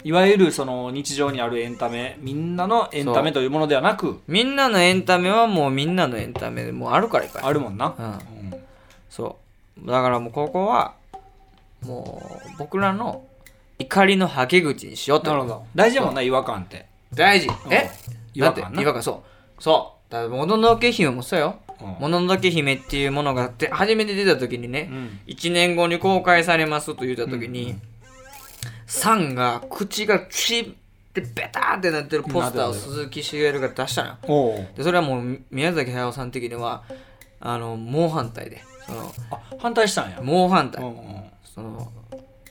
C: いわゆるその日常にあるエンタメみんなのエンタメというものではなく
B: みんなのエンタメはもうみんなのエンタメでもうあるからいっぱい。
C: あるもんな
B: うん
C: うん
B: そうだからもうここはもう僕らの怒りのはけ口にしようと
C: なるほど大事やもんな違和感って
B: 大事え
C: うん
B: だって
C: 違和感な
B: 違和感そうそうだからもののけ姫もそうよ
C: うん
B: もののけ姫っていうものがあって初めて出た時にね、
C: うん
B: 1年後に公開されますと言った時に、サンが口が血でベターってなってるポスターを
C: なるほど
B: 鈴木茂が出したのよ
C: おう
B: でそれはもう宮崎駿さん的にはあの猛反対でその
C: あ反対したんや
B: 猛反対、
C: うんうん
B: その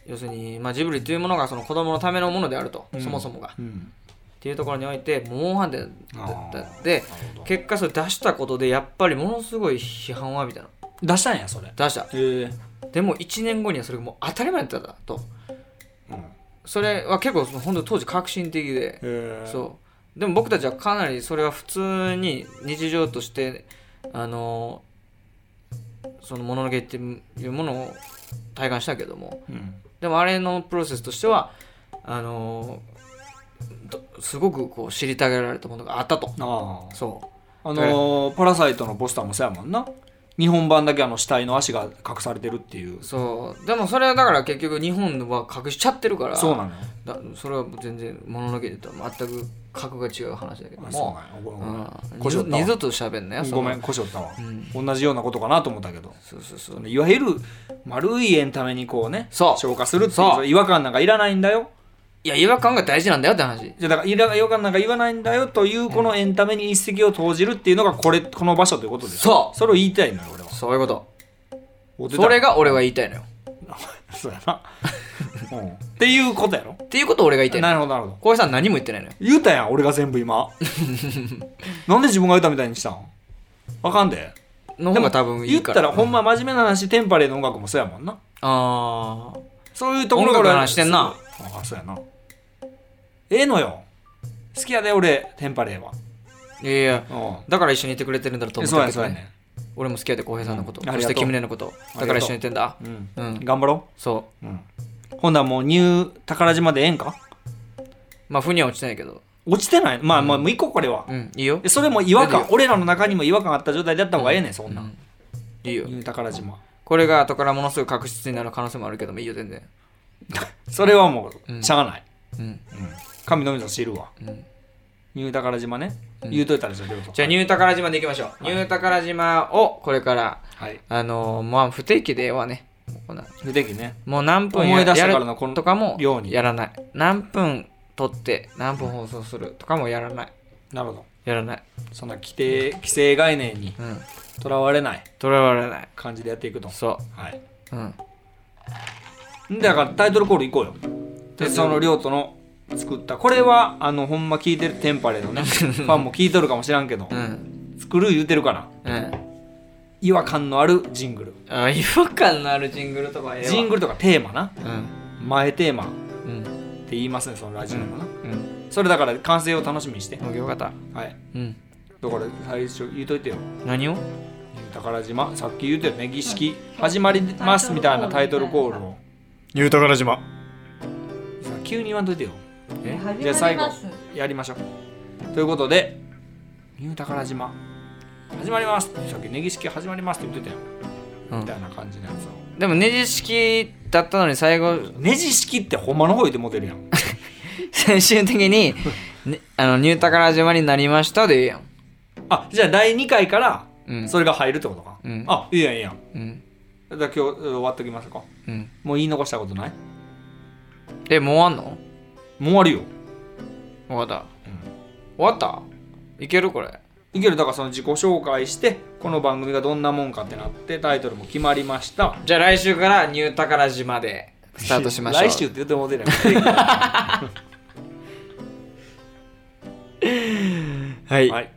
B: 要するに、まあ、ジブリというものがその子供のためのものであると、
C: うん
B: そもそもがっ
C: うん
B: ていうところにおいて猛反対だ
C: あー
B: だで
C: なるほど
B: 結果それ出したことでやっぱりものすごい批判を浴びたの
C: 出したんやそれ
B: 出した
C: へえ
B: でも1年後にはそれがもう当たり前だったと
C: うんへ
B: それは結構その本当当時革新的で
C: え
B: そうでも僕たちはかなりそれは普通に日常としてあのそのもののけっていうものを体感したけども
C: うん
B: でもあれのプロセスとしてはあのどすごくこう知りたげられたものがあったと
C: ああ
B: そう
C: あのーパラサイトのポスターもそうやもんな日本版だけあの死体の足が隠されてるっていう
B: そうでもそれはだから結局日本は隠しちゃってるから
C: そうなのよ
B: だそれは全然もののけで言ったら全く格が違う話だけど
C: あそう
B: も
C: なんやごめん
B: うん二
C: ごめん腰
B: 度
C: 折っ
B: 二
C: た
B: 度
C: わ
B: と喋んなよ
C: ごめん腰折ったわ
B: う、ん
C: 同じようなことかなと思ったけど
B: そうそうそう
C: いわゆる丸いエンタメにこうね
B: そう
C: 消化するっていう
B: そう
C: それ違和感なんかいらないんだよ
B: いや違和感が大事なんだよって話
C: じゃあだからいら違和感なんか言わないんだよというこのエンタメに一石を投じるっていうのがこれこの場所ということです
B: そう
C: それを言いたいのよ俺は
B: そういうこと
C: お出た
B: それが俺は言いたいのよ
C: <laughs> そうやな、うん、っていうことやろ
B: っていうことを俺が言いたいの
C: なるほどなるほど
B: 浩平さん何も言ってないのよ
C: 言うたやん俺が全
B: <laughs>
C: 部今なんで自分が言ったみたいにしたんあかんで
B: の方が多分い
C: 言っ
B: いか
C: た
B: ら
C: らほんま真面目な話テンパレーの音楽もそうやもんな
B: あー
C: そういうところか
B: 音楽
C: ら
B: の話してんな
C: あそうやなええのよ好きやで俺テンパレーはい
B: やいや
C: う
B: だから一緒にいてくれてるんだろうと
C: ん
B: 思っ
C: そう
B: た
C: や
B: け
C: ねそ
B: ど
C: う
B: ね
C: やね
B: 俺も好きやで浩平さんのこと
C: うんあ
B: そ
C: り
B: し
C: がと
B: て
C: う
B: 君ねのことだから一緒にいてんだ
C: うん
B: うん
C: 頑張ろ、
B: そう
C: うん、今度はもうニュー宝島でええんか
B: うまあ腑には落ちてないけど
C: 落ちてないまあまあもう一個これは、
B: うんいいよ
C: えそれも違和
B: 出
C: 感
B: る
C: 俺らの中にも違和感あった状態でやった方がええねんそんなん、
B: いいよ
C: ニュー宝島
B: これが後からものすごい確実になる可能性もあるけどもいいよ全然
C: それはも
B: うん
C: うしゃあない、
B: うん
C: 神のみぞ知るわ
B: うん
C: ニュータカラ島ね、言うといたでしょでも
B: じゃあニュー宝島でいきましょう、ニュー宝島をこれから
C: はい
B: あのーまあ不定期でええわねもうこんな
C: 無敵ね
B: もう何分や
C: 思い出して
B: や
C: から
B: る
C: のこの
B: とかも
C: ように
B: やらない何分撮って何分放送するとかもやらない
C: なるほど
B: やらない
C: そんな規定規制概念に
B: うん
C: とらわれない
B: とらわれない
C: 感じでやっていくと
B: そ
C: はい、
B: ううん
C: だからタイトルコール行こうよでその亮との作ったこれはあのほんま聞いてるテンパレのねファンも聞いとるかもしらんけど、
B: うん
C: 作る言うてるから
B: うん
C: 違和感のあるジングル
B: あ違和感のあるジングルとかええわ
C: ジングルとかテーマな
B: うん
C: 前テーマっ
B: うん
C: て言いますねそのラジオのな、
B: うん
C: それだから完成を楽しみにして
B: もうよかった
C: はい
B: うん
C: だから最初言うといてよ
B: 何を
C: 宝島さっき言うてよね儀式始まりますみたいなタイトルコールを
B: ニュー宝島
C: さ急に言わんといてよ
B: え
D: 始
C: じゃあ
D: ま
C: 最
D: り
C: 後
D: ます
C: やりましょうということで「ニュー宝島始まります」さっき「ネギ式始まります」って言ってたよ、
B: うん
C: みたいな感じのやつを
B: でもネジ式だったのに最後
C: ネジ式ってほんまの方言ってモテるやん
B: 最終的に、ね、あのニュー宝島になりましたでええやん
C: あじゃあ第2回から
B: うん
C: それが入るってことか、
B: うん
C: あいいやんいいやん
B: うん
C: じゃあ今日終わっときますか
B: うん
C: もう言い残したことない
B: えもうあんの
C: もう終わるよ
B: わかった、終わったいけるこれ
C: いけるだからその自己紹介してこの番組がどんなもんかってなってタイトルも決まりました
B: じゃあ来週からニュー宝島でスタートしましょう
C: 来週って言ってもうてるやん
B: はい、
C: はい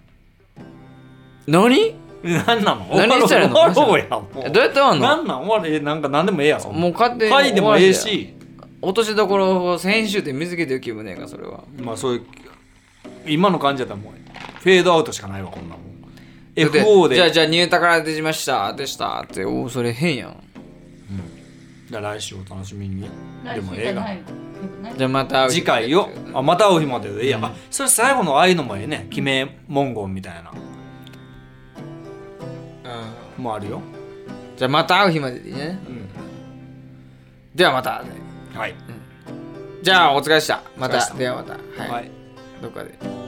B: 何
C: 何なの
B: 何してるの
C: 終わろうやんも
B: どうやって終わんの
C: 何なん終わりなんか何でもええやんそん
B: もう勝手に
C: はいでもええし
B: 落としどころを先週で見つけてる気分ねえかそれは
C: まあそういう今の感じやったらもうフェードアウトしかないわこんなもん
B: だって
C: FO で
B: じゃあじゃあニュー宝でしましたでしたっておおそれ変やん
C: じゃあ来週お楽しみにで
D: 来
C: も
D: 週
C: ええ
D: じゃ
C: が
D: な
C: ない
D: の
B: じゃあまた会う日
C: 次回よあまた会う日まででいいや、あそれ最後のああいうのもええね決め文言みたいな
B: うん
C: もあるよ
B: じゃあまた会う日まででいいね、ではまた
C: はい、
B: じゃあお疲れっしたま
C: お疲れったした
B: ではまたはい、
C: はい
B: どっかで。